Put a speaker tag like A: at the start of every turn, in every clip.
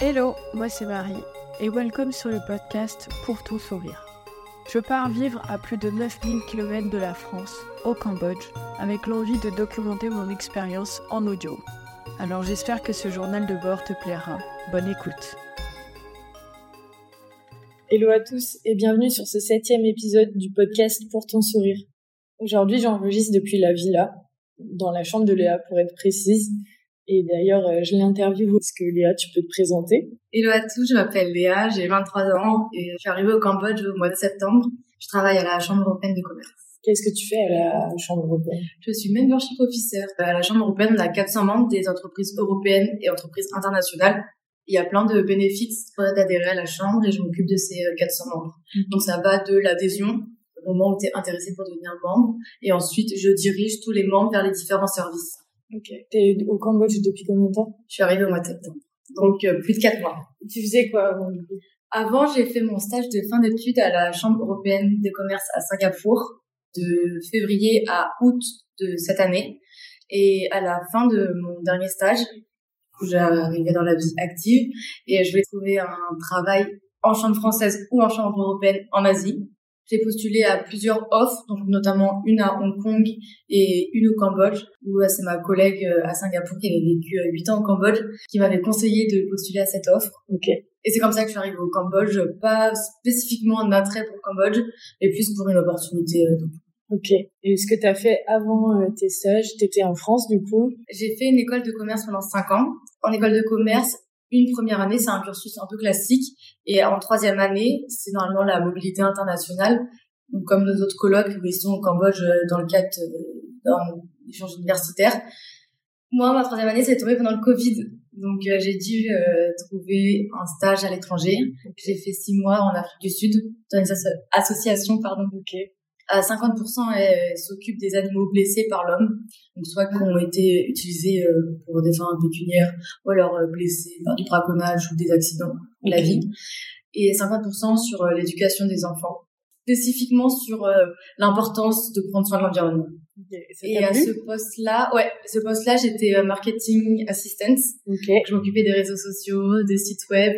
A: Hello, moi c'est Marie et welcome sur le podcast Pour ton sourire. Je pars vivre à plus de 9000 km de la France, au Cambodge, avec l'envie de documenter mon expérience en audio. Alors j'espère que ce journal de bord te plaira. Bonne écoute.
B: Hello à tous et bienvenue sur ce septième épisode du podcast Pour ton sourire. Aujourd'hui j'enregistre depuis la villa, dans la chambre de Léa pour être précise. Et d'ailleurs, euh, je l'interviewe. Est-ce que Léa, tu peux te présenter
C: Hello à tous, je m'appelle Léa, j'ai 23 ans et je suis arrivée au Cambodge au mois de septembre. Je travaille à la Chambre européenne de commerce.
B: Qu'est-ce que tu fais à la Chambre européenne
C: Je suis membership officer. À la Chambre européenne, on a 400 membres des entreprises européennes et entreprises internationales. Il y a plein de bénéfices d'adhérer à la Chambre et je m'occupe de ces 400 membres. Donc ça va de l'adhésion au moment où tu es intéressé pour devenir membre et ensuite je dirige tous les membres vers les différents services.
B: Ok. T'es au Cambodge depuis combien de temps
C: Je suis arrivée au mois de septembre. Donc, euh, plus de quatre mois.
B: Tu faisais quoi avant du coup
C: Avant, j'ai fait mon stage de fin d'études à la Chambre européenne de commerce à Singapour de février à août de cette année. Et à la fin de mon dernier stage, j'arrivais dans la vie active et je vais trouver un travail en chambre française ou en chambre européenne en Asie. J'ai postulé à plusieurs offres, donc notamment une à Hong Kong et une au Cambodge, où euh, c'est ma collègue à Singapour qui avait vécu 8 ans au Cambodge, qui m'avait conseillé de postuler à cette offre.
B: Ok.
C: Et c'est comme ça que je suis arrivée au Cambodge, pas spécifiquement un attrait pour le Cambodge, mais plus pour une opportunité. euh,
B: Ok. Et ce que tu as fait avant euh, tes stages, tu étais en France du coup
C: J'ai fait une école de commerce pendant 5 ans. En école de commerce, une première année, c'est un cursus un peu classique. Et en troisième année, c'est normalement la mobilité internationale. Donc, comme nos autres colloques, où ils sont au Cambodge euh, dans le cadre euh, d'un échange universitaire. Moi, ma troisième année, c'est tombé pendant le Covid. Donc, euh, j'ai dû euh, trouver un stage à l'étranger. J'ai fait six mois en Afrique du Sud, dans une asso association, pardon.
B: Okay.
C: À 50%, elle s'occupe euh, des animaux blessés par l'homme, donc soit qui ont été utilisés euh, pour des fins pécuniaires, ou alors euh, blessés par du braconnage ou des accidents de la vie, et 50% sur euh, l'éducation des enfants, spécifiquement sur euh, l'importance de prendre soin de l'environnement.
B: Okay.
C: Et à ce poste-là, ouais, ce poste-là, j'étais euh, marketing assistant.
B: Okay.
C: Je m'occupais des réseaux sociaux, des sites web,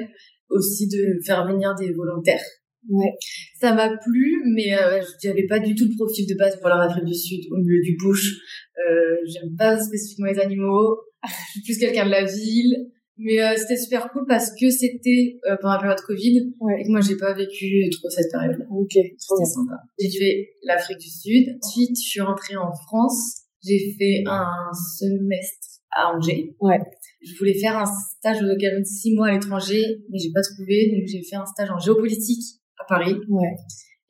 C: aussi de faire venir des volontaires.
B: Ouais.
C: Ça m'a plu, mais euh, j'avais pas du tout le profil de base pour la Afrique du Sud au milieu du bush. Euh, J'aime pas spécifiquement les animaux. Je suis plus quelqu'un de la ville. Mais euh, c'était super cool parce que c'était euh, pendant la période Covid
B: ouais.
C: et que moi j'ai pas vécu trop cette période-là.
B: Ok,
C: c'était sympa. Oh. J'ai fait l'Afrique du Sud. Ensuite, je suis rentrée en France. J'ai fait un semestre à Angers.
B: Ouais.
C: Je voulais faire un stage au de six mois à l'étranger, mais j'ai pas trouvé, donc j'ai fait un stage en géopolitique à Paris.
B: Ouais.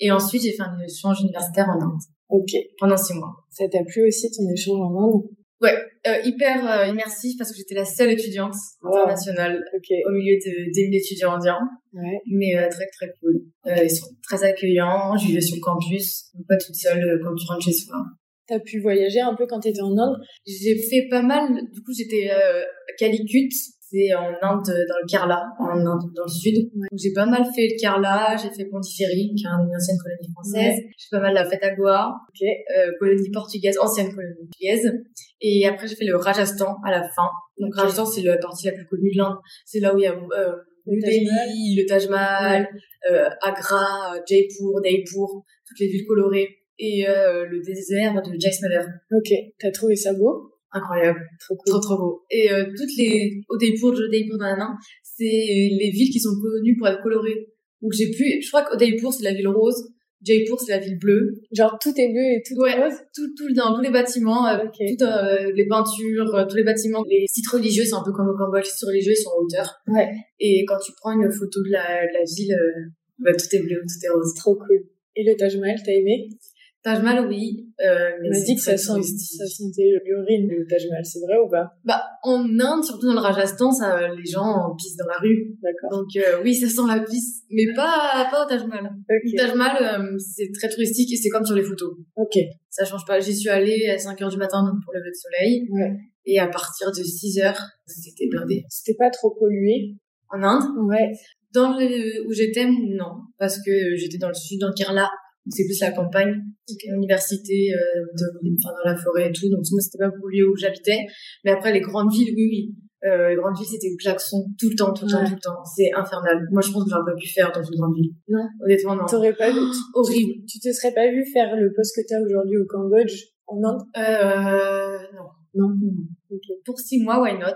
C: Et ensuite, j'ai fait un échange universitaire en Inde.
B: Ok.
C: Pendant six mois.
B: Ça t'a plu aussi ton échange en Inde
C: Ouais, euh, hyper euh, immersif parce que j'étais la seule étudiante internationale
B: wow. okay.
C: au milieu de des mille étudiants indiens.
B: Ouais.
C: Mais euh, très très cool. ils sont très accueillants. Je vivais sur le campus, pas toute seule euh, quand tu rentres chez soi.
B: T'as pu voyager un peu quand t'étais en Inde
C: J'ai fait pas mal. Du coup, j'étais euh, à Calicut, c'est en Inde, dans le Kerala, en Inde, dans le sud.
B: Ouais.
C: J'ai pas mal fait le Kerala, j'ai fait Pondichéry, qui est une ancienne colonie française. Ouais. J'ai fait pas mal la Fatagua,
B: okay.
C: euh, colonie portugaise, ancienne colonie portugaise. Et après, j'ai fait le Rajasthan à la fin. Donc okay. Rajasthan, c'est la partie la plus connue de l'Inde. C'est là où il y a euh, le Delhi, le Taj Mahal, ouais. euh, Agra, Jaipur, Daipur, toutes les villes colorées. Et euh, le désert de Jack Snyder.
B: Ok, t'as trouvé ça beau
C: incroyable
B: trop cool.
C: trop trop beau et euh, toutes les au Daipur je Daipur dans c'est euh, les villes qui sont connues pour être colorées donc j'ai pu je crois qu'au Daipur c'est la ville rose Jaipur c'est la ville bleue
B: genre tout est bleu et tout
C: ouais,
B: est rose
C: tout tout dans tous les bâtiments euh,
B: okay.
C: toutes euh, les peintures tous les bâtiments les sites religieux c'est un peu comme au Cambodge les sites religieux ils sont en hauteur
B: ouais
C: et quand tu prends une photo de la, de la ville bah, tout est bleu tout est rose
B: trop cool et le Taj Mahal t'as aimé
C: Taj Mahal, oui.
B: Euh, mais on a dit que ça, sent, ça sentait l'urine, le Taj Mahal, c'est vrai ou pas
C: Bah, en Inde, surtout dans le Rajasthan, ça, les gens pissent dans la rue.
B: D'accord.
C: Donc, euh, oui, ça sent la pisse, mais pas, pas au Taj Mahal.
B: Okay.
C: Le Taj Mahal, euh, c'est très touristique et c'est comme sur les photos.
B: Ok.
C: Ça change pas. J'y suis allée à 5 heures du matin donc pour lever le soleil.
B: Ouais.
C: Et à partir de 6 heures, c'était blindé.
B: C'était pas trop pollué
C: En Inde
B: Ouais.
C: Dans le, où j'étais, non. Parce que j'étais dans le sud, dans le Kerala, c'est plus la campagne, l'université, euh, enfin, dans la forêt et tout. Donc moi, c'était pas pollué où j'habitais. Mais après, les grandes villes, oui, oui. Euh, les grandes villes, c'était le klaxon tout le temps, tout le temps,
B: Ouais.
C: tout le temps. C'est infernal. Moi, je pense que j'aurais pas pu faire dans une grande ville.
B: Non.
C: Honnêtement, non.
B: T'aurais pas vu,
C: Horrible.
B: tu te serais pas vu faire le poste que t'as aujourd'hui au Cambodge en Inde
C: Euh, non.
B: Non. Ok.
C: Pour six mois, why not?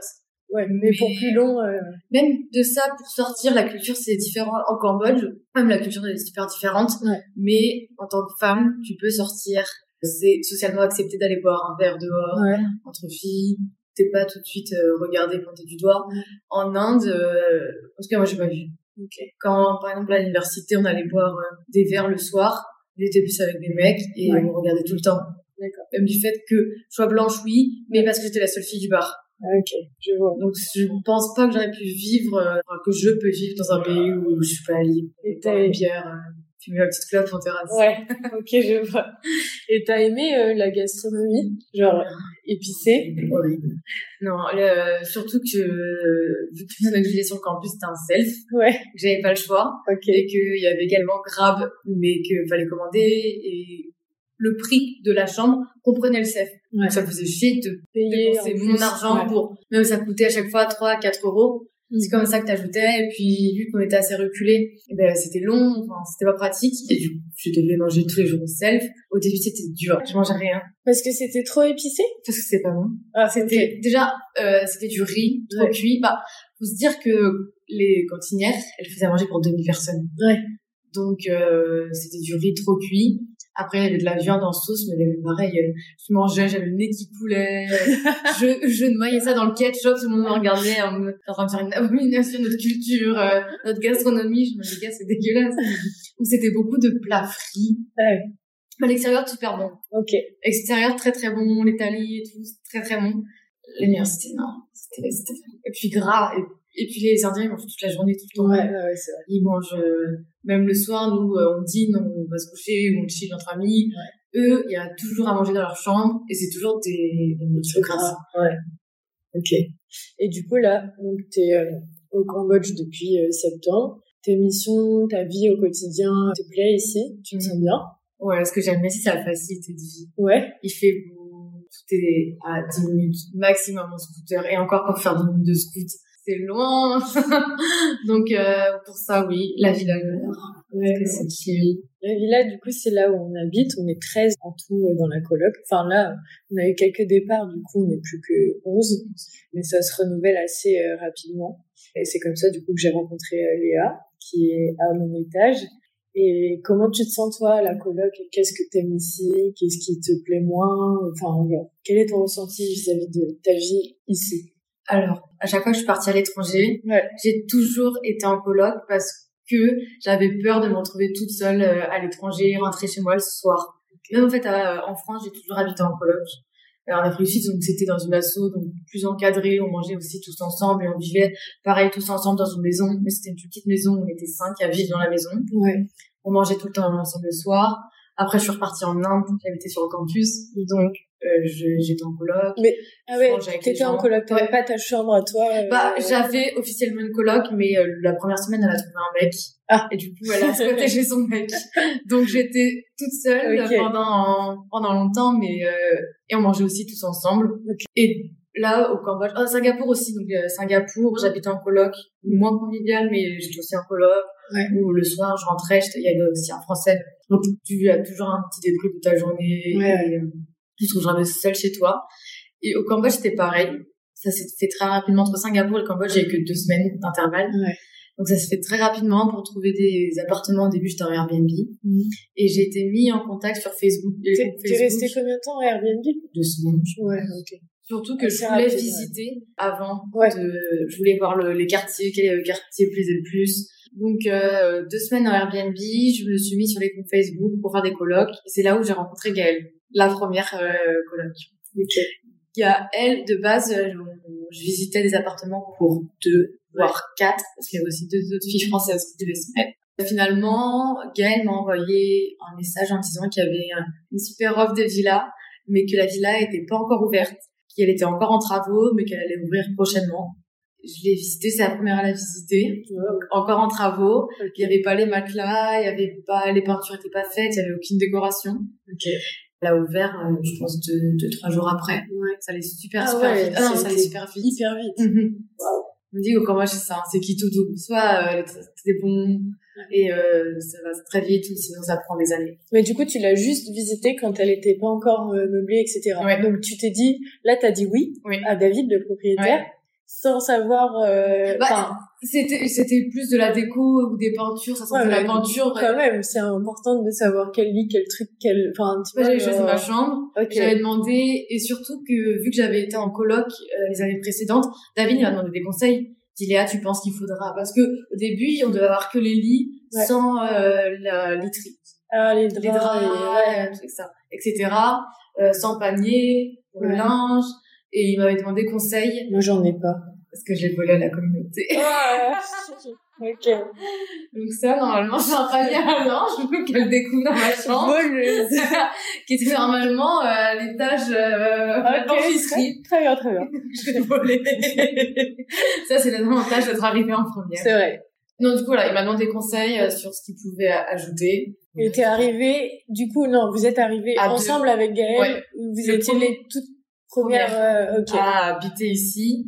B: Ouais, mais,
C: Mais-
B: pour plus long, euh,
C: Même de ça, pour sortir, la culture, c'est différent en Cambodge. Même la culture est super différente.
B: Ouais.
C: Mais en tant que femme, tu peux sortir. C'est socialement accepté d'aller boire un verre dehors.
B: ouais.
C: entre filles. T'es pas tout de suite euh, regardé, pointé du doigt.
B: Ouais.
C: En Inde, euh, en tout cas, moi, j'ai pas vu.
B: Ok.
C: Quand, par exemple, à l'université, on allait boire euh, des verres le soir, on était plus avec des mecs et
B: Ouais.
C: on me regardait tout le temps.
B: D'accord.
C: Même du fait que je sois blanche, oui, mais parce que j'étais la seule fille du bar.
B: Ah, Ok. Je vois.
C: Donc, je pense pas que j'aurais pu vivre, euh, enfin, que je peux vivre dans un pays où je suis pas libre.
B: Et
C: boire
B: t'as-
C: une bière, euh, fumer ma petite clope en terrasse.
B: Ouais. Ok, je vois. Et t'as aimé euh, la gastronomie, genre épicée
C: Horrible. Non, le- surtout que, euh, vu que notre ville est sur le campus, c'était un self.
B: Ouais.
C: que j'avais pas le choix
B: Ok.
C: et qu'il y avait également Grab mais qu'il fallait commander et le prix de la chambre comprenait le CEF.
B: Ouais.
C: Donc ça me faisait chier de
B: Payé
C: dépenser
B: en
C: mon
B: plus.
C: argent
B: Ouais.
C: pour... Même ça coûtait à chaque fois 3 4 euros.
B: Mm.
C: C'est comme ça que t'ajoutais. Et puis, vu qu'on était assez reculé, eh ben, c'était long, enfin, c'était pas pratique. Et du coup, je devais manger tous les jours au self. Au début, c'était dur. Je mangeais rien.
B: Parce que c'était trop épicé
C: Parce que c'était pas bon.
B: Ah,
C: C'était, déjà, euh, c'était du riz, trop
B: Ouais.
C: cuit. Bah, faut se dire que les cantinières, elles faisaient à manger pour 2000 personnes.
B: Ouais.
C: Donc euh, c'était du riz trop cuit. Après il y avait de la viande en sauce, mais les- pareil, euh, je mangeais, j'avais le nez qui coulait, je, je noyais ça dans le ketchup, tout le monde me regardait en me- en train de faire une abomination de notre culture, euh, notre gastronomie. Je me disais, gars, c'est dégueulasse. Donc c'était beaucoup de plats frits.
B: Ouais.
C: Mais à l'extérieur, super bon.
B: Ok.
C: Extérieur, très très bon, l'Italie et tout, très très bon. Les miens, c'était non, c'était, c'était... Et puis gras, et, et puis les Indiens, ils mangent toute la journée, tout le temps.
B: Ouais, ouais, ouais, c'est vrai.
C: Ils mangent euh, même le soir, nous euh, on dîne, on va se coucher, on chill entre amis. Eux, il y a toujours à manger dans leur chambre et c'est toujours des, des nourritures grasses.
B: Ah, ouais. Ok. Et du coup, là, donc, t'es euh, au Cambodge depuis euh, septembre. Tes missions, ta vie au quotidien te plaît ici Tu te sens bien
C: Ouais, ce que j'aime bien, c'est la facilité de vie.
B: Ouais.
C: Il fait beau, tout est à 10 minutes maximum en scooter et encore pour faire 10 minutes de scoot, c'est loin. Donc euh, pour ça, oui, la ville à l'heure,
B: ouais.
C: c'est chill.
B: La villa, du coup, c'est là où on habite. On est 13 en tout euh, dans la coloc. Enfin, là, on a eu quelques départs. Du coup, on n'est plus que 11. Mais ça se renouvelle assez euh, rapidement. Et c'est comme ça, du coup, que j'ai rencontré euh, Léa, qui est à mon étage. Et comment tu te sens, toi, à la coloc Qu'est-ce que t'aimes ici Qu'est-ce qui te plaît moins Enfin, voilà. quel est ton ressenti vis-à-vis de ta vie ici
C: Alors, à chaque fois que je suis partie à l'étranger,
B: Ouais.
C: j'ai toujours été en coloc parce que j'avais peur de me retrouver toute seule euh, à l'étranger, rentrer chez moi le soir. Même en fait, à- en France, j'ai toujours habité en coloc. Alors, en Afrique du Sud, donc c'était dans une asso, donc plus encadré, on mangeait aussi tous ensemble et on vivait pareil tous ensemble dans une maison, mais c'était une toute petite maison, on était cinq à vivre dans la maison.
B: Ouais.
C: On mangeait tout le temps ensemble le soir. Après, je suis repartie en Inde, j'habitais sur le campus, donc euh, je- j'étais en coloc.
B: Ah ouais,
C: Frange avec les
B: t'étais en
C: gens.
B: coloc. T'avais
C: Ouais.
B: pas ta chambre à toi euh,
C: Bah,
B: euh,
C: j'avais officiellement une coloc, mais euh, la première semaine, elle a trouvé un mec.
B: Ah.
C: Et du coup, elle a squatté chez son mec. Donc, j'étais toute seule
B: Ok.
C: pendant, pendant longtemps, mais, euh, et on mangeait aussi tous ensemble.
B: Ok.
C: Et là, au Cambodge, oh, Singapour aussi, donc, euh,
B: Mmh.
C: Singapour, j'habitais en coloc, moins convivial, mais j'étais aussi en coloc.
B: Ouais.
C: Où le soir, je rentrais, j'étais- il y avait aussi un français. Donc, tu as toujours un petit débrief de ta journée.
B: Ouais.
C: Et, euh, tu te retrouves jamais seule chez toi. Et au Cambodge, c'était pareil ça s'est fait très rapidement entre Singapour et le Cambodge j'ai eu que deux semaines d'intervalle
B: Ouais.
C: donc ça s'est fait très rapidement pour trouver des appartements au début j'étais en Airbnb
B: Mhm.
C: et j'ai été mis en contact sur Facebook Il y a
B: T'es
C: eu
B: t'es
C: Facebook,
B: resté combien de temps à Airbnb
C: deux semaines je-
B: Ouais, ok.
C: surtout que je
B: Assez
C: voulais
B: rapide, ouais.
C: visiter avant
B: Ouais.
C: de je voulais voir le- les quartiers quel est le quartier plaisait le plus donc euh, deux semaines en Airbnb je me suis mis sur les comptes Facebook pour faire des colocs et c'est là où j'ai rencontré Gaëlle la première euh, coloc
B: Ok.
C: Il y a elle, de base, euh, je- je visitais des appartements pour deux, voire quatre, parce qu'il y avait aussi deux autres filles françaises qui devaient se mettre. Finalement, Gaëlle m'a envoyé un message en disant qu'il y avait euh, une super offre de villa, mais que la villa était pas encore ouverte, qu'elle était encore en travaux, mais qu'elle allait ouvrir prochainement. Je l'ai visitée, c'est la première à la visiter,
B: Ouais,
C: encore en travaux.
B: ok.
C: Il y avait pas les matelas, il y avait pas les peintures étaient pas faites, il y avait aucune décoration.
B: Ok.
C: Elle a ouvert, euh, je pense, deux, deux, trois jours après. Ouais. Ça allait super,
B: Ah
C: super
B: ouais,
C: vite.
B: ah,
C: ça allait
B: ok.
C: super vite.
B: Hyper vite. Mm.
C: Mhm.
B: Wow.
C: Je me dis que comment je ça, hein, c'est qui tout double. Soit euh, c'est bon et euh, ça va très vite, ou sinon ça prend des années.
B: Mais du coup, tu l'as juste visité quand elle était pas encore euh, meublée, etc.
C: Ouais.
B: Donc tu t'es dit, là, t'as dit oui
C: Oui.
B: à David, le propriétaire, sans savoir. euh,
C: Bah,
B: enfin,
C: C'était c'était plus de la déco ou des peintures, ça sentait
B: Ouais,
C: la
B: mais
C: peinture.
B: quand même, c'est important de savoir quel lit, quel truc, quel. Enfin, tu vois.
C: Moi, j'avais choisi
B: genre,
C: ma chambre.
B: Ok.
C: J'avais demandé, et surtout que vu que j'avais été en coloc euh, les années précédentes, David il m'a demandé des conseils. Il dit Léa, tu penses qu'il faudra Parce que au début, on devait avoir que les lits
B: Ouais.
C: sans euh, la literie,
B: Ah, les draps.
C: les draps,
B: et- ouais.
C: euh, tout ça, etc. euh, sans panier pour le
B: Ouais.
C: linge. Et il m'avait demandé conseil
B: Moi, j'en ai pas.
C: parce que je l'ai volé à la communauté.
B: ok.
C: Donc ça, normalement, ça va bien à l'ange qu'elle découvre dans ma chambre,
B: Voleuse.
C: qui était normalement euh, à l'étage euh,
B: Ah, Ok,
C: blanchisserie.
B: très, très bien, très bien.
C: Je vais voler. ça, c'est l'avantage d'être arrivé en première.
B: C'est vrai.
C: Non, du coup, là, il m'a demandé des conseils euh, sur ce qu'il pouvait a- ajouter.
B: Et t'es arrivé, du coup, non, vous êtes arrivés
C: À Ah, deux.
B: ensemble avec Gaël,
C: Ouais.
B: ou vous
C: Le
B: étiez
C: premier. Ah.
B: les toutes premières, euh, ok.
C: à habiter ici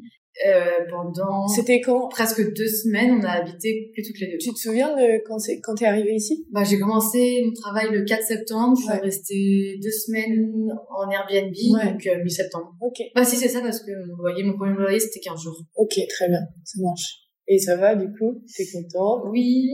C: euh, pendant
B: C'était quand
C: presque deux semaines. On a habité que toutes les deux.
B: Tu te souviens de quand c'est, quand t'es arrivé ici
C: Bah, j'ai commencé mon travail le 4 septembre. Je suis
B: Ouais.
C: restée deux semaines en Airbnb,
B: Ouais.
C: donc euh, mi-septembre.
B: Ok.
C: Bah si, c'est ça, parce que mon loyer, mon premier loyer, c'était 15 jours.
B: Ok, très bien, ça marche. Et ça va, du coup T'es content
C: Oui,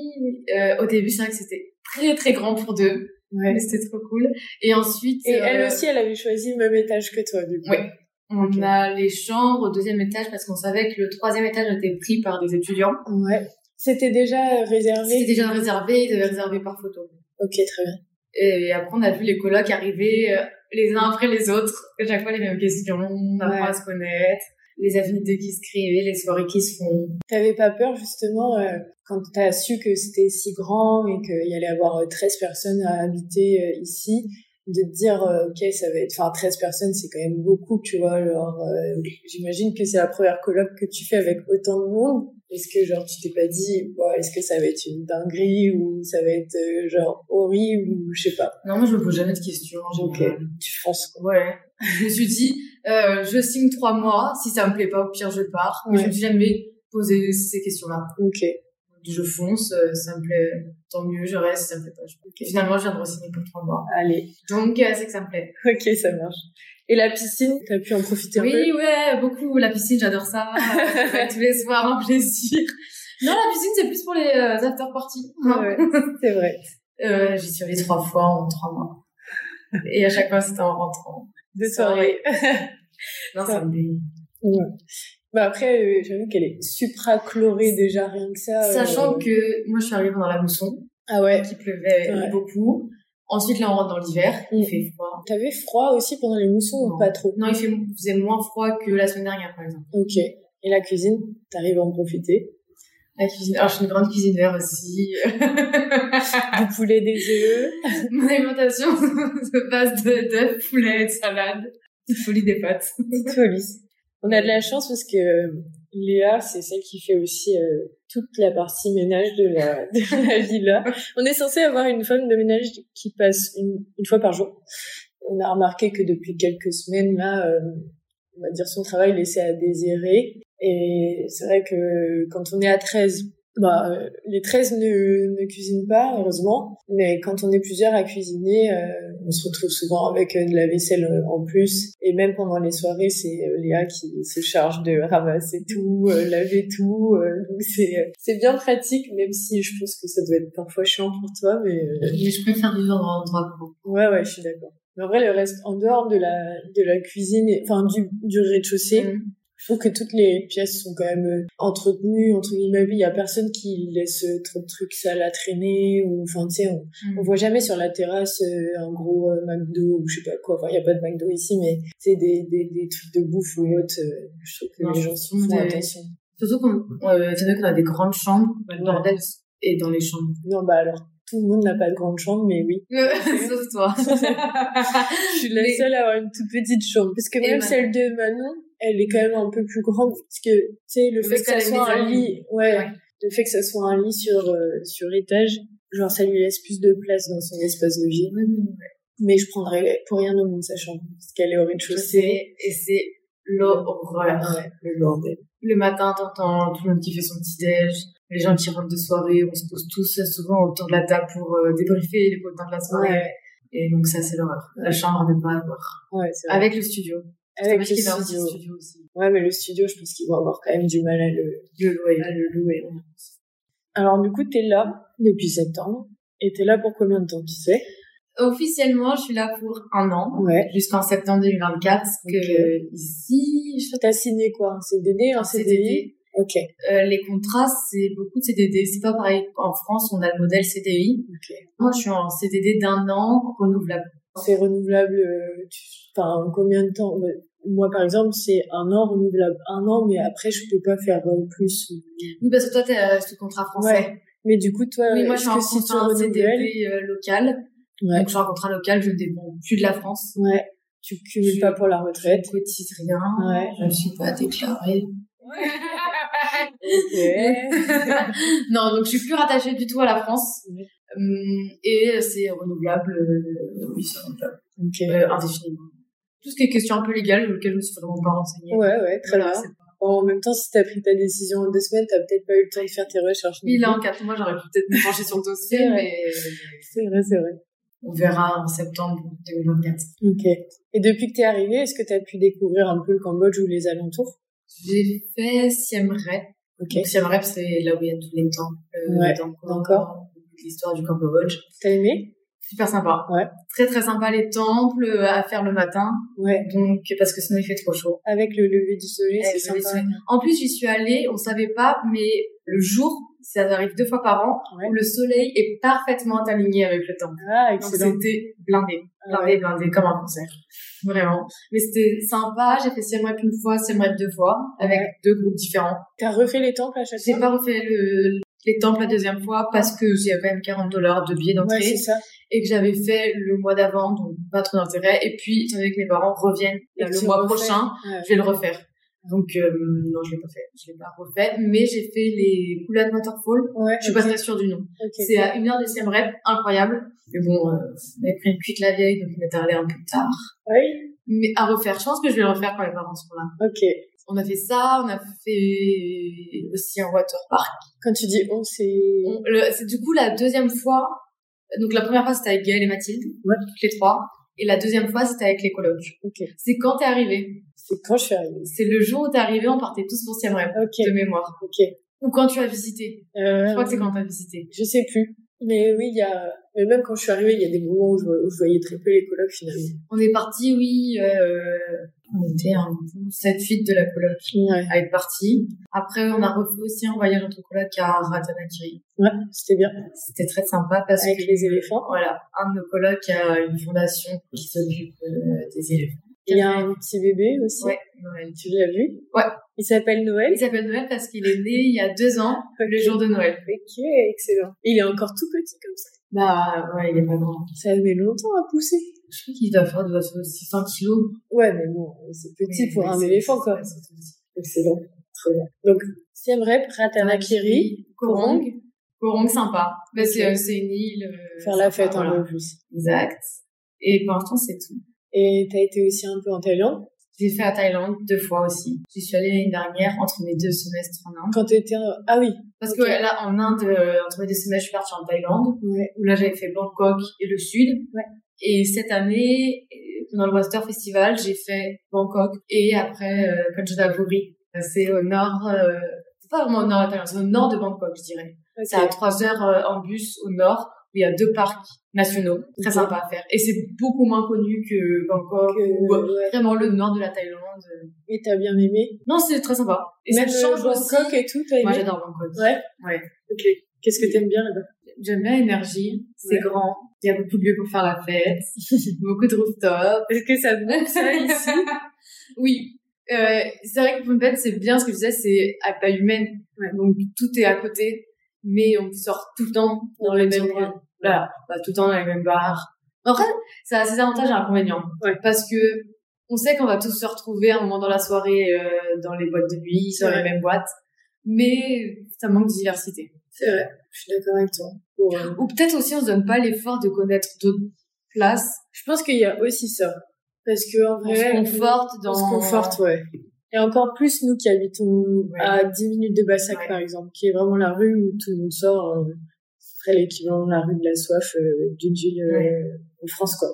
C: euh, au début, c'est vrai que c'était très très grand pour deux.
B: Ouais.
C: mais C'était trop cool. Et ensuite...
B: Et elle
C: euh,
B: aussi, elle avait choisi le même étage que toi, du coup.
C: Ouais. On
B: Ok.
C: a les chambres au deuxième étage parce qu'on savait que le troisième étage était pris par des étudiants.
B: Ouais. C'était déjà réservé
C: C'était déjà réservé, ils avaient réservé par photo.
B: Ok, très bien.
C: Et après, on a vu les colocs arriver euh, les uns après les autres, à chaque fois les mêmes questions, on apprend
B: Ouais.
C: à se connaître, les affinités qui se créent, les soirées qui se font.
B: T'avais pas peur, justement, euh, quand t'as su que c'était si grand et qu'il y allait avoir euh, 13 personnes à habiter euh, ici de te dire euh, ok ça va être enfin 13 personnes c'est quand même beaucoup tu vois genre euh, j'imagine que c'est la première colloque que tu fais avec autant de monde est-ce que genre tu t'es pas dit ouais, est-ce que ça va être une dinguerie ou ça va être euh, genre horrible ou je sais pas
C: Non, moi, je me pose jamais de questions. en
B: Ok.
C: général.
B: tu penses
C: Ouais. je me suis dit, euh, je signe trois mois, si ça me plaît pas, au pire, je pars. Mais
B: Ouais.
C: Je me suis jamais posé ces questions-là.
B: ok
C: Je fonce, euh, ça me plaît, tant mieux, je reste, si ça me plaît pas, je pars. Et Finalement, je viens de re-signer pour trois mois.
B: allez
C: Donc, euh, c'est que ça me plaît.
B: ok ça marche et la piscine t'as pu en profiter un peu
C: Oui, ouais, beaucoup. La piscine, j'adore ça. Ça va être tous les soirs, un plaisir. Non, la piscine, c'est plus pour les euh, after parties. hein.
B: Ah Ouais, c'est vrai
C: Euh, J'y suis allée trois fois en trois mois. Et à chaque fois, c'était en rentrant.
B: deux soirées
C: Soirée. Non, ça me plaît.
B: Bah après, euh, j'avoue qu'elle est suprachlorée déjà, rien que ça. euh,
C: Sachant que moi, je suis arrivée pendant la mousson,
B: Ah ouais.
C: qui pleuvait
B: Ouais.
C: beaucoup. Ensuite, là, on rentre dans l'hiver, il
B: Mm.
C: fait froid.
B: T'avais froid aussi pendant les moussons
C: Non.
B: ou pas trop
C: Non, il, fait, il faisait moins froid que la semaine dernière, par exemple.
B: Ok. Et la cuisine, t'arrives à en profiter.
C: La cuisine. Alors, je suis une grande cuisinière aussi.
B: Du poulet, des œufs.
C: Mon alimentation se passe de d'œufs, poulet, de salade, de folie des pâtes.
B: tout au lisse. On a de la chance parce que euh, Léa, c'est celle qui fait aussi euh, toute la partie ménage de la, de la villa. On est censé avoir une femme de ménage qui passe une, une fois par jour. On a remarqué que depuis quelques semaines, là, euh, on va dire son travail laissait à désirer. Et c'est vrai que quand on est à 13, bah, euh, les 13 ne, ne cuisinent pas, heureusement. Mais quand on est plusieurs à cuisiner, euh, on se retrouve souvent avec euh, de la vaisselle euh, en plus. Et même pendant les soirées, c'est euh, Léa qui se charge de ramasser tout, euh, laver tout. euh, donc c'est, euh, c'est bien pratique, même si je pense que ça doit être parfois chiant pour toi. Mais euh,
C: Mais je préfère vivre dans un endroit court.
B: ouais, ouais, je suis d'accord. Mais en vrai, le reste, en dehors de la, de la cuisine, et- enfin du, du rez-de-chaussée,
C: Mm.
B: je trouve que toutes les pièces sont quand même euh, entretenues, entre guillemets. Il y a personne qui laisse euh, trop de trucs sales à traîner. Ou, enfin, tu sais, on, on
C: Mm.
B: voit jamais sur la terrasse euh, un gros euh, McDo ou je sais pas quoi. Enfin, il n'y a pas de McDo ici, mais c'est des, des, des trucs de bouffe ou autre. euh, je trouve que
C: Non,
B: les
C: je
B: gens
C: trouve
B: font
C: des-
B: attention.
C: Surtout qu'on, euh, étant donné qu'on a des grandes chambres, bah, le
B: Ouais.
C: bordel est dans les chambres.
B: Non, bah alors, tout le monde n'a pas de grande chambre, mais oui.
C: Sauf toi.
B: Je suis la
C: Mais-
B: seule à avoir une toute petite chambre. Parce que
C: Et
B: même
C: Manon.
B: celle de Manon, elle est quand même un peu plus grande. Parce que, tu sais, le fait
C: Parce
B: que ça
C: qu'elle a
B: soit
C: une
B: un
C: maison.
B: lit, ouais,
C: Ouais.
B: le fait que ça soit un lit sur, euh, sur étage, genre, ça lui laisse plus de place dans son espace de vie.
C: Ouais, ouais, ouais.
B: Mais je prendrais pour rien au monde sa chambre, parce qu'elle est au rez-de-chaussée.
C: Et c'est l'horreur.
B: Ouais, le bordel.
C: Le matin, t'entends tout le monde qui fait son petit déj, les gens qui rentrent de soirée, on se pose tous souvent autour de la table pour euh, débriefer les temps de la soirée.
B: Ouais,
C: Et donc ça, c'est l'horreur. La
B: Ouais.
C: chambre n'est pas à voir.
B: ouais, c'est vrai.
C: Avec le studio.
B: Avec
C: Parce
B: le
C: qu'il va avoir aussi
B: studio.
C: studio aussi.
B: Ouais, mais le studio, je pense qu'ils vont avoir quand même du mal à le,
C: Le loyer.
B: à le louer. hein. Alors, du coup, t'es là depuis septembre. Et t'es là pour combien de temps, tu sais?
C: Officiellement, je suis là pour un an.
B: Ouais.
C: Jusqu'en septembre 2024, parce que
B: Ok.
C: ici, je
B: T'as signé quoi? Un CDD, un
C: un
B: CDI?
C: CDD.
B: Ok.
C: Euh, les contrats, c'est beaucoup de CDD. C'est pas pareil. En France, on a le modèle CDI.
B: Ok.
C: Moi, je suis en CDD d'un an renouvelable.
B: C'est renouvelable, euh, tu- enfin, combien de temps? Ouais. Moi, par exemple, c'est un an renouvelable. Un an, mais après, je peux pas faire euh, plus.
C: Oui, parce que toi, t'es euh, sous contrat français.
B: Mais du coup, toi,
C: Oui, moi,
B: est-ce
C: je suis en
B: que si tu
C: contrat en
B: renouvelles,
C: CDD euh, local.
B: ouais,
C: Donc, je suis en contrat local, je ne dépends plus de la France.
B: ouais, tu cumules
C: Je-
B: pas pour la
C: Je ne
B: retraite.
C: cotise rien.
B: Ouais.
C: Je ne suis pas déclarée. non, donc je suis plus rattachée du tout à la France.
B: Oui.
C: Hum, Et c'est renouvelable, euh, oui, c'est renouvelable,
B: Ok.
C: euh, indéfiniment. Tout ce qui est question un peu légale, auquel je me suis vraiment pas renseignée.
B: Ouais, ouais, très
C: Voilà,
B: bien.
C: c'est-
B: Bon, en même temps, si t'as pris ta décision en deux semaines, t'as peut-être pas eu le temps de faire tes recherches. non
C: Oui, là,
B: plus.
C: en quatre mois, j'aurais pu peut-être me pencher sur le dossier,
B: C'est vrai.
C: mais
B: C'est vrai, c'est vrai.
C: on verra en septembre 2024.
B: Ok. Et depuis que t'es arrivée, est-ce que t'as pu découvrir un peu le Cambodge ou les alentours
C: J'ai fait Siem Reap.
B: Ok.
C: Donc, Siem Reap, c'est là où il y a tous les temples, euh,
B: Ouais,
C: d'Angkor,
B: d'Angkor.
C: toute l'histoire du Cambodge.
B: T'as aimé
C: Super sympa.
B: Ouais.
C: Très, très sympa, les temples euh, à faire le matin.
B: Ouais.
C: Donc, parce que sinon, il fait trop chaud.
B: Avec le lever du soleil,
C: Eh,
B: c'est
C: je vais
B: sympa.
C: te- En plus, j'y suis allée, on savait pas, mais le jour, ça arrive deux fois par an,
B: Ouais.
C: où le soleil est parfaitement aligné avec le temps.
B: Ah,
C: Donc
B: excellent.
C: c'était blindé,
B: Ah
C: blindé, blindé, comme un concert. Vraiment. Mais c'était sympa, j'ai fait Siem Reap une fois, Siem Reap deux fois, avec
B: Ouais.
C: deux groupes différents.
B: T'as refait les temples à chaque
C: J'ai
B: fois
C: pas refait le- les temples la deuxième fois parce que j'ai quand même 40 dollars de billets
B: Ouais,
C: d'entrée
B: c'est ça.
C: et que j'avais fait le mois d'avant, donc pas trop d'intérêt. Et puis, étant donné que mes parents reviennent
B: Et
C: euh,
B: tu
C: le mois
B: refais.
C: prochain,
B: Ouais.
C: je vais le refaire. Donc euh, non, je l'ai pas fait, je l'ai pas refait, mais j'ai fait les Kulat Waterfall.
B: Ouais,
C: Je suis
B: ok,
C: pas très sûre du nom.
B: ok.
C: C'est à une heure de Siem Reap, incroyable. Mais bon, euh, on avait pris une cuite la vieille, donc on est allé un peu tard.
B: Ah Oui,
C: Mais à refaire, je pense que je vais le refaire quand les parents seront là.
B: ok.
C: On a fait ça, on a fait aussi un waterpark.
B: Quand tu dis on, c'est...
C: On- le- C'est du coup la deuxième fois. Donc la première fois c'était avec Gaël et Mathilde,
B: Ouais.
C: toutes les trois. Et la deuxième fois c'était avec les colocs.
B: Ok.
C: C'est quand t'es arrivé.
B: C'est quand je suis arrivée.
C: C'est le jour où t'es arrivé, on partait tous pour Siem Reap, de
B: Ok,
C: mémoire.
B: ok.
C: Ou quand tu as visité.
B: Euh,
C: Je crois que c'est quand t'as visité.
B: Je sais plus. Mais oui, il y a... Mais même quand je suis arrivée, il y a des moments où je, où je voyais très peu les colocs, finalement.
C: On est parti, oui, euh, on était un bon 7-8 de la coloc
B: Ouais.
C: à être parti. Après, on a refait aussi un voyage entre coloc à Ratanakiri.
B: Ouais, c'était bien.
C: C'était très sympa parce
B: Avec
C: que,
B: les éléphants.
C: voilà, un de nos colocs a une fondation qui s'occupe euh, des éléphants.
B: Et Il y a un petit bébé aussi.
C: Ouais, Noël.
B: Tu l'as vu
C: Ouais.
B: Il s'appelle Noël.
C: Il s'appelle Noël parce qu'il est né il y a deux ans, le jour de Noël.
B: Ok, excellent. Il est encore tout petit comme ça.
C: Bah, ouais, il est pas grand.
B: Ça met longtemps à pousser.
C: Je crois qu'il doit faire, doit faire 600 kilos.
B: Ouais, mais bon, c'est petit
C: Mais-
B: pour
C: mais
B: un
C: c'est-
B: éléphant, quoi.
C: ouais, c'est tout petit.
B: Excellent. Très bien. Donc, Siem Reap, Ratanakiri,
C: Korong. Korong sympa. Bah,
B: Ok.
C: c'est, euh, c'est une île. euh,
B: faire la
C: sympa,
B: fête
C: voilà.
B: en plus.
C: Exact. Et pour l'instant, c'est tout.
B: Et t'as été aussi un peu en Thaïlande.
C: J'ai fait la Thaïlande deux fois aussi. J'y suis allée l'année dernière entre mes deux semestres en Inde.
B: Quand t'étais... en- Ah oui.
C: Parce
B: Ok.
C: que ouais, là, en Inde, euh, entre mes deux semestres, je suis partie en Thaïlande.
B: Ouais.
C: Où là, j'avais fait Bangkok et le Sud.
B: Ouais.
C: Et cette année, euh, pendant le Waster Festival, j'ai fait Bangkok et après euh, Kanchanaburi. C'est au nord... euh, C'est pas vraiment au nord de la Thaïlande, c'est au nord de Bangkok, je dirais.
B: Ok.
C: C'est à 3 heures euh, en bus au nord, où il y a deux parcs nationaux, très
B: Ok.
C: sympa à faire. Et c'est beaucoup moins connu que Bangkok ou euh,
B: Que- ouais.
C: vraiment le nord de la Thaïlande.
B: Et t'as bien aimé.
C: Non, c'est très sympa. Et
B: Même
C: ça change
B: euh, Bangkok
C: aussi.
B: et tout, t'as aimé
C: Moi, j'adore Bangkok.
B: Ouais.
C: Ouais.
B: Ok. Qu'est-ce que t'aimes bien là-bas
C: J'aime bien l'énergie, c'est
B: Ouais.
C: grand, il y a beaucoup de lieux pour faire la fête, beaucoup de rooftops.
B: Est-ce que ça manque ça ici
C: Oui. Euh, c'est vrai que pour une fête, c'est bien ce que je disais, c'est à taille humaine. Donc tout est à côté, mais on sort tout le temps dans les mêmes
B: endroits.
C: lieux. Voilà, on va Bah, tout le temps dans les mêmes bars. En vrai, ça a ses avantages et inconvénients.
B: Ouais.
C: Parce que on sait qu'on va tous se retrouver à un moment dans la soirée, euh, dans les boîtes de nuit, sur
B: Ouais.
C: les mêmes boîtes. Mais ça manque de diversité.
B: C'est vrai. Je suis d'accord avec toi. Pour, euh,
C: Ou peut-être aussi on se donne pas l'effort de connaître d'autres place.
B: Je pense qu'il y a aussi ça. Parce que, en
C: On
B: vrai,
C: se conforte dans...
B: on se conforte, ouais. Et encore plus nous qui habitons à 10 minutes de Bassac,
C: Ouais.
B: par exemple, qui est vraiment la rue où tout le monde sort. euh, ce serait l'équivalent de la rue de la soif euh, d'une ville euh, en France, quoi.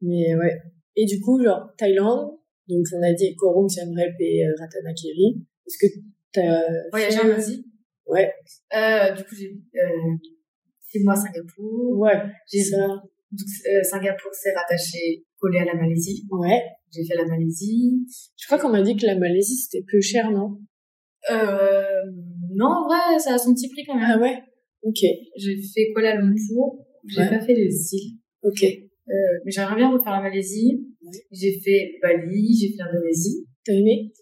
B: Mais euh, ouais. Et du coup, genre, Thaïlande, donc on a dit Korong, Siem Reap et euh, Ratanakiri. Est-ce que t'as...
C: Voyager en
B: fait-
C: Asie.
B: Ouais,
C: Euh, du coup, j'ai... Euh, c'est moi Singapour.
B: ouais,
C: J'ai
B: ça.
C: Donc, euh, Singapour s'est rattaché, collé à la Malaisie.
B: Ouais.
C: J'ai fait la Malaisie.
B: Je crois qu'on m'a dit que la Malaisie, c'était peu cher, non
C: Euh, non, en vrai, ça a son petit prix quand même.
B: Ah ouais Ok,
C: J'ai fait Kuala Lumpur. J'ai
B: Ouais.
C: pas fait les îles.
B: ok.
C: Euh, mais j'aimerais bien refaire la Malaisie.
B: Ouais.
C: J'ai fait Bali, j'ai fait l'Indonésie.
B: T'as aimé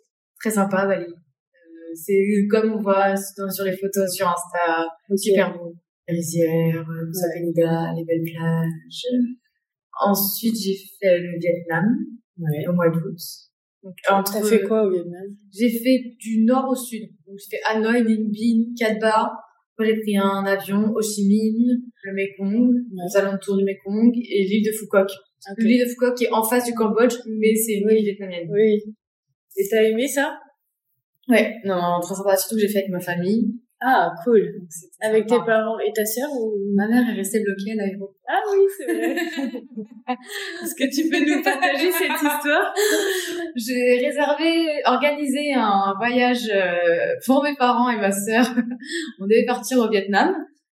C: Très sympa, Bali. Euh, c'est comme on voit dans- sur les photos sur Insta.
B: Ok.
C: Super beau. Les rizières, euh, Nusa
B: Ouais.
C: Penida, les belles plages. Ensuite, j'ai fait le Vietnam
B: Ouais.
C: au mois d'août. Donc, entre...
B: T'as fait quoi au Vietnam
C: J'ai fait du nord au sud. Donc, j'ai fait Hanoï, Ninh Bình, Cát Ba. Moi, j'ai pris un avion, Ho Chi Minh, le Mekong, les alentours du Mekong et l'île de Phuket.
B: Ok.
C: L'île de Phuket qui est en face du Cambodge, mais c'est une île vietnamienne.
B: Oui. Et t'as aimé ça
C: Ouais. Non, très sympa. Surtout que j'ai fait avec ma famille.
B: Ah, cool.
C: Donc, c'était
B: Avec tes
C: sympa.
B: parents et ta sœur ou...
C: Ma mère est restée bloquée à l'aéroport.
B: Ah oui, c'est vrai.
C: Est-ce que tu peux nous partager cette histoire J'ai réservé, organisé un voyage euh, pour mes parents et ma sœur. On devait partir au Vietnam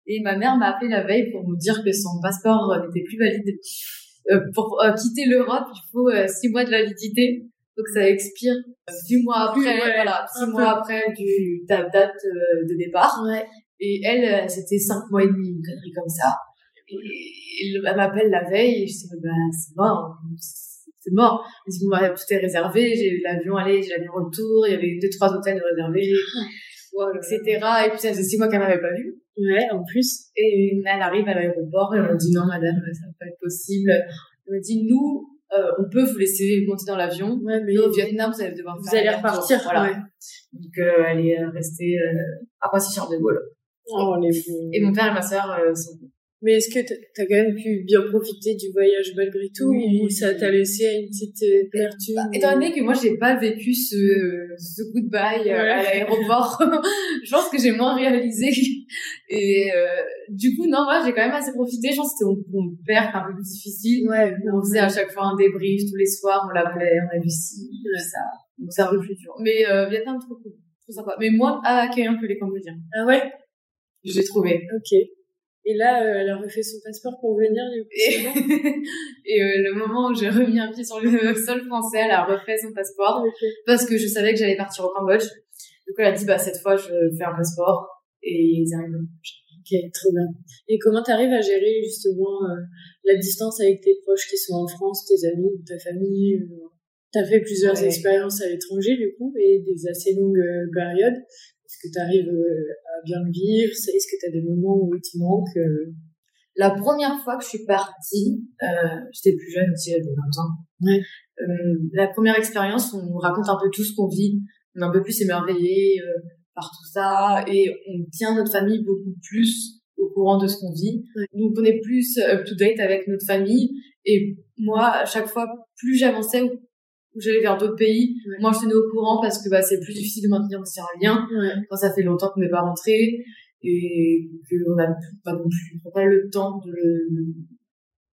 C: et ma mère m'a appelé la veille pour me dire que son passeport euh, n'était plus valide. Euh, pour euh, quitter l'Europe, il faut euh, six mois de validité. Donc ça expire euh, six mois après,
B: Plus, ouais,
C: voilà,
B: un
C: six
B: peu.
C: mois après du, ta date euh, de départ.
B: ouais.
C: Et elle, euh, c'était cinq mois et demi, une connerie comme ça. Et elle m'appelle la veille et je dis, bah, c'est mort, c'est mort. Elle dit, bah, tout est réservé, j'ai eu l'avion aller, j'ai eu l'avion retour, il y avait deux, trois hôtels réservés, etc. Et puis ça faisait six mois qu'elle m'avait pas vue.
B: Ouais, en plus.
C: Et elle arrive à l'aéroport et on me dit, non, madame, ça va pas être possible. Elle me dit, nous, euh, on peut vous laisser monter dans l'avion.
B: Ouais, mais
C: Mais au Vietnam, vous allez devoir
B: vous
C: faire
B: allez
C: aller-retour.
B: repartir.
C: Voilà.
B: Ouais.
C: Donc, euh, elle est restée euh, à Roissy-Charles de Gaulle.
B: Oh, les...
C: Et mon père et ma sœur euh, sont
B: Mais est-ce que t'as- t'as quand même pu bien profiter du voyage malgré tout
C: Oui.
B: ou ça t'a laissé une petite euh, amertume
C: Étant donné que moi j'ai pas vécu ce, ce goodbye euh, à
B: Ouais.
C: l'aéroport, je pense que j'ai moins réalisé. Et euh, du coup non, moi j'ai quand même assez profité. Je pense que c'était mon, mon père qui est un peu plus difficile.
B: Ouais,
C: On faisait à chaque fois un débrief tous les soirs. On l'appelait, on a vu ci, on a vu ça. Donc c'est un peu plus dur. Mais euh, Vietnam trop cool, trop sympa. Mais moins accueillant que les Cambodgiens.
B: Ah ouais
C: J'ai trouvé.
B: Ok. Et là, euh, elle a refait son passeport pour venir du coup.
C: Et, et, euh, le moment où j'ai remis un pied sur le sol français, elle a refait son passeport.
B: Ok.
C: parce que je savais que j'allais partir au Cambodge. Du coup, elle a dit, bah, cette fois, je fais un passeport. Et ils arrivent.
B: Ok, trop bien. Et comment t'arrives à gérer justement euh, la distance avec tes proches qui sont en France, tes amis, ou ta famille euh, T'as fait plusieurs
C: Ouais.
B: expériences à l'étranger du coup et des assez longues euh, périodes. Est-ce que t'arrives euh, à bien le vivre Ça, Est-ce que t'as des moments où il te manque euh,
C: La première fois que je suis partie, euh, j'étais plus jeune aussi, j'avais 20 ans.
B: Ouais.
C: Euh, la première expérience, on nous raconte un peu tout ce qu'on vit. On est un peu plus émerveillé euh, par tout ça et on tient notre famille beaucoup plus au courant de ce qu'on vit.
B: Ouais.
C: Donc on est plus euh, up to date avec notre famille et moi, à chaque fois, plus j'avançais ou ou j'allais vers d'autres pays,
B: Ouais.
C: moi je tenais au courant parce que bah, c'est plus difficile de maintenir aussi un lien. quand ça fait longtemps qu'on n'est pas rentré et qu'on n'a pas non plus on n'a pas le temps de, le-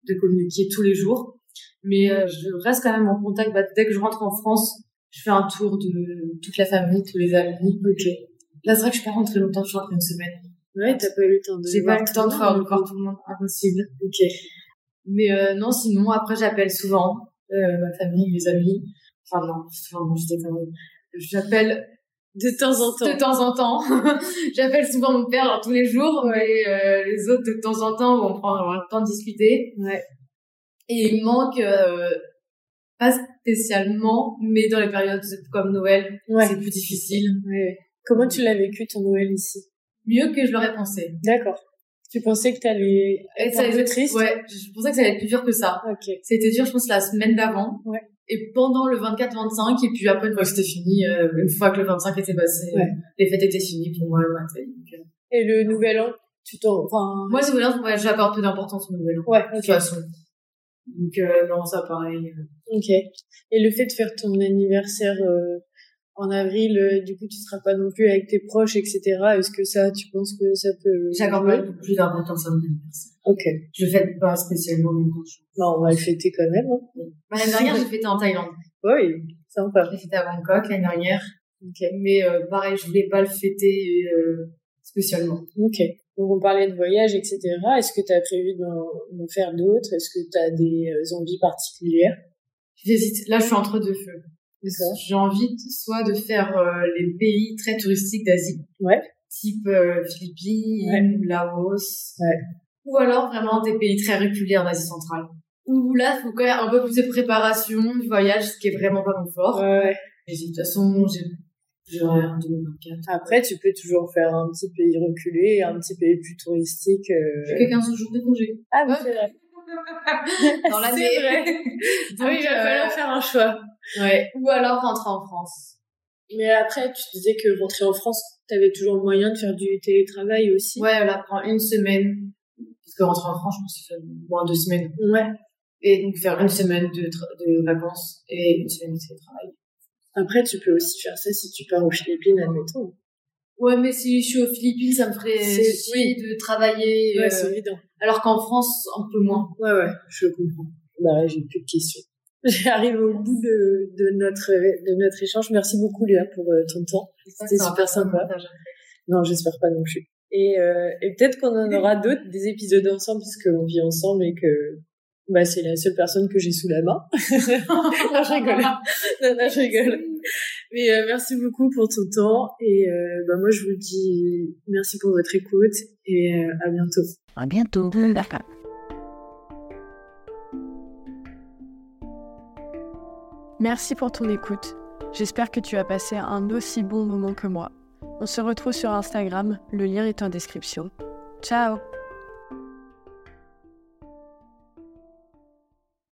C: de communiquer tous les jours. Mais euh, je reste quand même en contact. Bah, dès que je rentre en France, je fais un tour de toute la famille, tous les amis.
B: Ok.
C: Là, c'est vrai que je suis pas rentrée longtemps, je suis rentrée une semaine.
B: Ouais, t'as pas eu le temps de.
C: J'ai pas
B: voir
C: eu le
B: tout
C: temps de faire
B: monde.
C: encore tout le monde, impossible.
B: Ok.
C: Mais euh, non, sinon, après, j'appelle souvent euh, ma famille, mes amis. Enfin, non, enfin, non, je déconne. J'appelle
B: De temps en temps.
C: De temps en temps. J'appelle souvent mon père genre, tous les jours, mais euh, les autres de temps en temps, on prend vraiment le temps de discuter.
B: Ouais.
C: Et il manque euh, pas spécialement, mais dans les périodes comme Noël,
B: Ouais.
C: c'est plus difficile.
B: Ouais. Comment tu l'as vécu ton Noël ici
C: Mieux que je l'aurais pensé.
B: D'accord. Tu pensais que t'allais être un peu
C: allait-
B: triste
C: Ouais, je pensais que ça allait être plus dur que ça.
B: Ok.
C: C'était dur, je pense, la semaine d'avant.
B: Ouais.
C: Et pendant le 24-25, et puis après, une fois que c'était fini, euh, une fois que le 25 était passé,
B: Ouais.
C: les fêtes étaient finies pour moi. ouais, c'est- donc, euh,
B: Et le nouvel an, tu t'en. Enfin.
C: Moi, c'est vrai, j'apporte peu d'importance hein. au nouvel an.
B: Ouais,
C: De
B: ok.
C: toute façon. Donc euh, non, ça pareil.
B: Ok. Et le fait de faire ton anniversaire euh, en avril, euh, du coup, tu seras pas non plus avec tes proches, etc. Est-ce que ça, tu penses que ça peut...
C: J'accorde pas plus d'importance à mon anniversaire.
B: Ok.
C: Je le fête pas spécialement même quand je...
B: Bah, on va le fêter quand même. Hein.
C: Bah, L'année dernière, j'ai fêté en Thaïlande.
B: Oui, sympa.
C: J'ai fêté à Bangkok l'année dernière.
B: Ok.
C: Mais euh, pareil, je voulais pas le fêter euh, spécialement.
B: Ok. Donc on parlait de voyage, etc. Est-ce que tu as prévu d'en d'en faire d'autres Est-ce que tu as des euh, envies particulières
C: J'hésite. Là, je suis entre deux feux. J'ai envie de- soit de faire euh, les pays très touristiques d'Asie.
B: Ouais.
C: Type euh, Philippines, Laos.
B: Ouais.
C: Ou alors vraiment des pays très reculés en Asie centrale. Où là, il faut quand même un peu plus de préparation du voyage, ce qui est vraiment pas mon fort.
B: Ouais.
C: Mais de toute façon, j'ai- j'aurai en 2024.
B: Après, tu peux toujours faire un petit pays reculé, un petit pays plus touristique. euh.
C: J'ai que 15 jours de congé.
B: Ah oui,
C: Ouais.
B: c'est vrai.
C: Dans l'année.
B: C'est vrai.
C: Donc,
B: Ah oui, il va
C: euh,
B: falloir faire un choix.
C: Ouais. Ou alors rentrer en France.
B: Mais après, tu disais que rentrer en France, tu avais toujours le moyen de faire du télétravail aussi.
C: Ouais, là, prend une semaine. Parce que rentrer en France, je pense que ça fait moins deux semaines.
B: Ouais.
C: Et donc faire une semaine de, tra- de vacances et une semaine de télétravail.
B: Après, tu peux aussi faire ça si tu pars aux Philippines, admettons.
C: Ouais, mais si je suis aux Philippines, ça me ferait
B: C'est-
C: chier de travailler. euh,
B: évident.
C: alors qu'en France, un peu moins.
B: Ouais, ouais, je comprends. Bah ouais, j'ai plus de questions. J'arrive au bout de, de, notre, de notre échange. Merci beaucoup, Léa, pour euh, ton temps. C'était super sympa. Non, j'espère pas non plus. Et, euh, et peut-être qu'on en aura d'autres, des épisodes ensemble, parce qu'on vit ensemble et que bah, c'est la seule personne que j'ai sous la main. non, je rigole. Non, non, je rigole. Mais euh, merci beaucoup pour ton temps. Et euh, bah, moi, je vous dis merci pour votre écoute et euh, à bientôt.
D: À bientôt.
A: Merci pour ton écoute. J'espère que tu as passé un aussi bon moment que moi. On se retrouve sur Instagram, le lien est en description. Ciao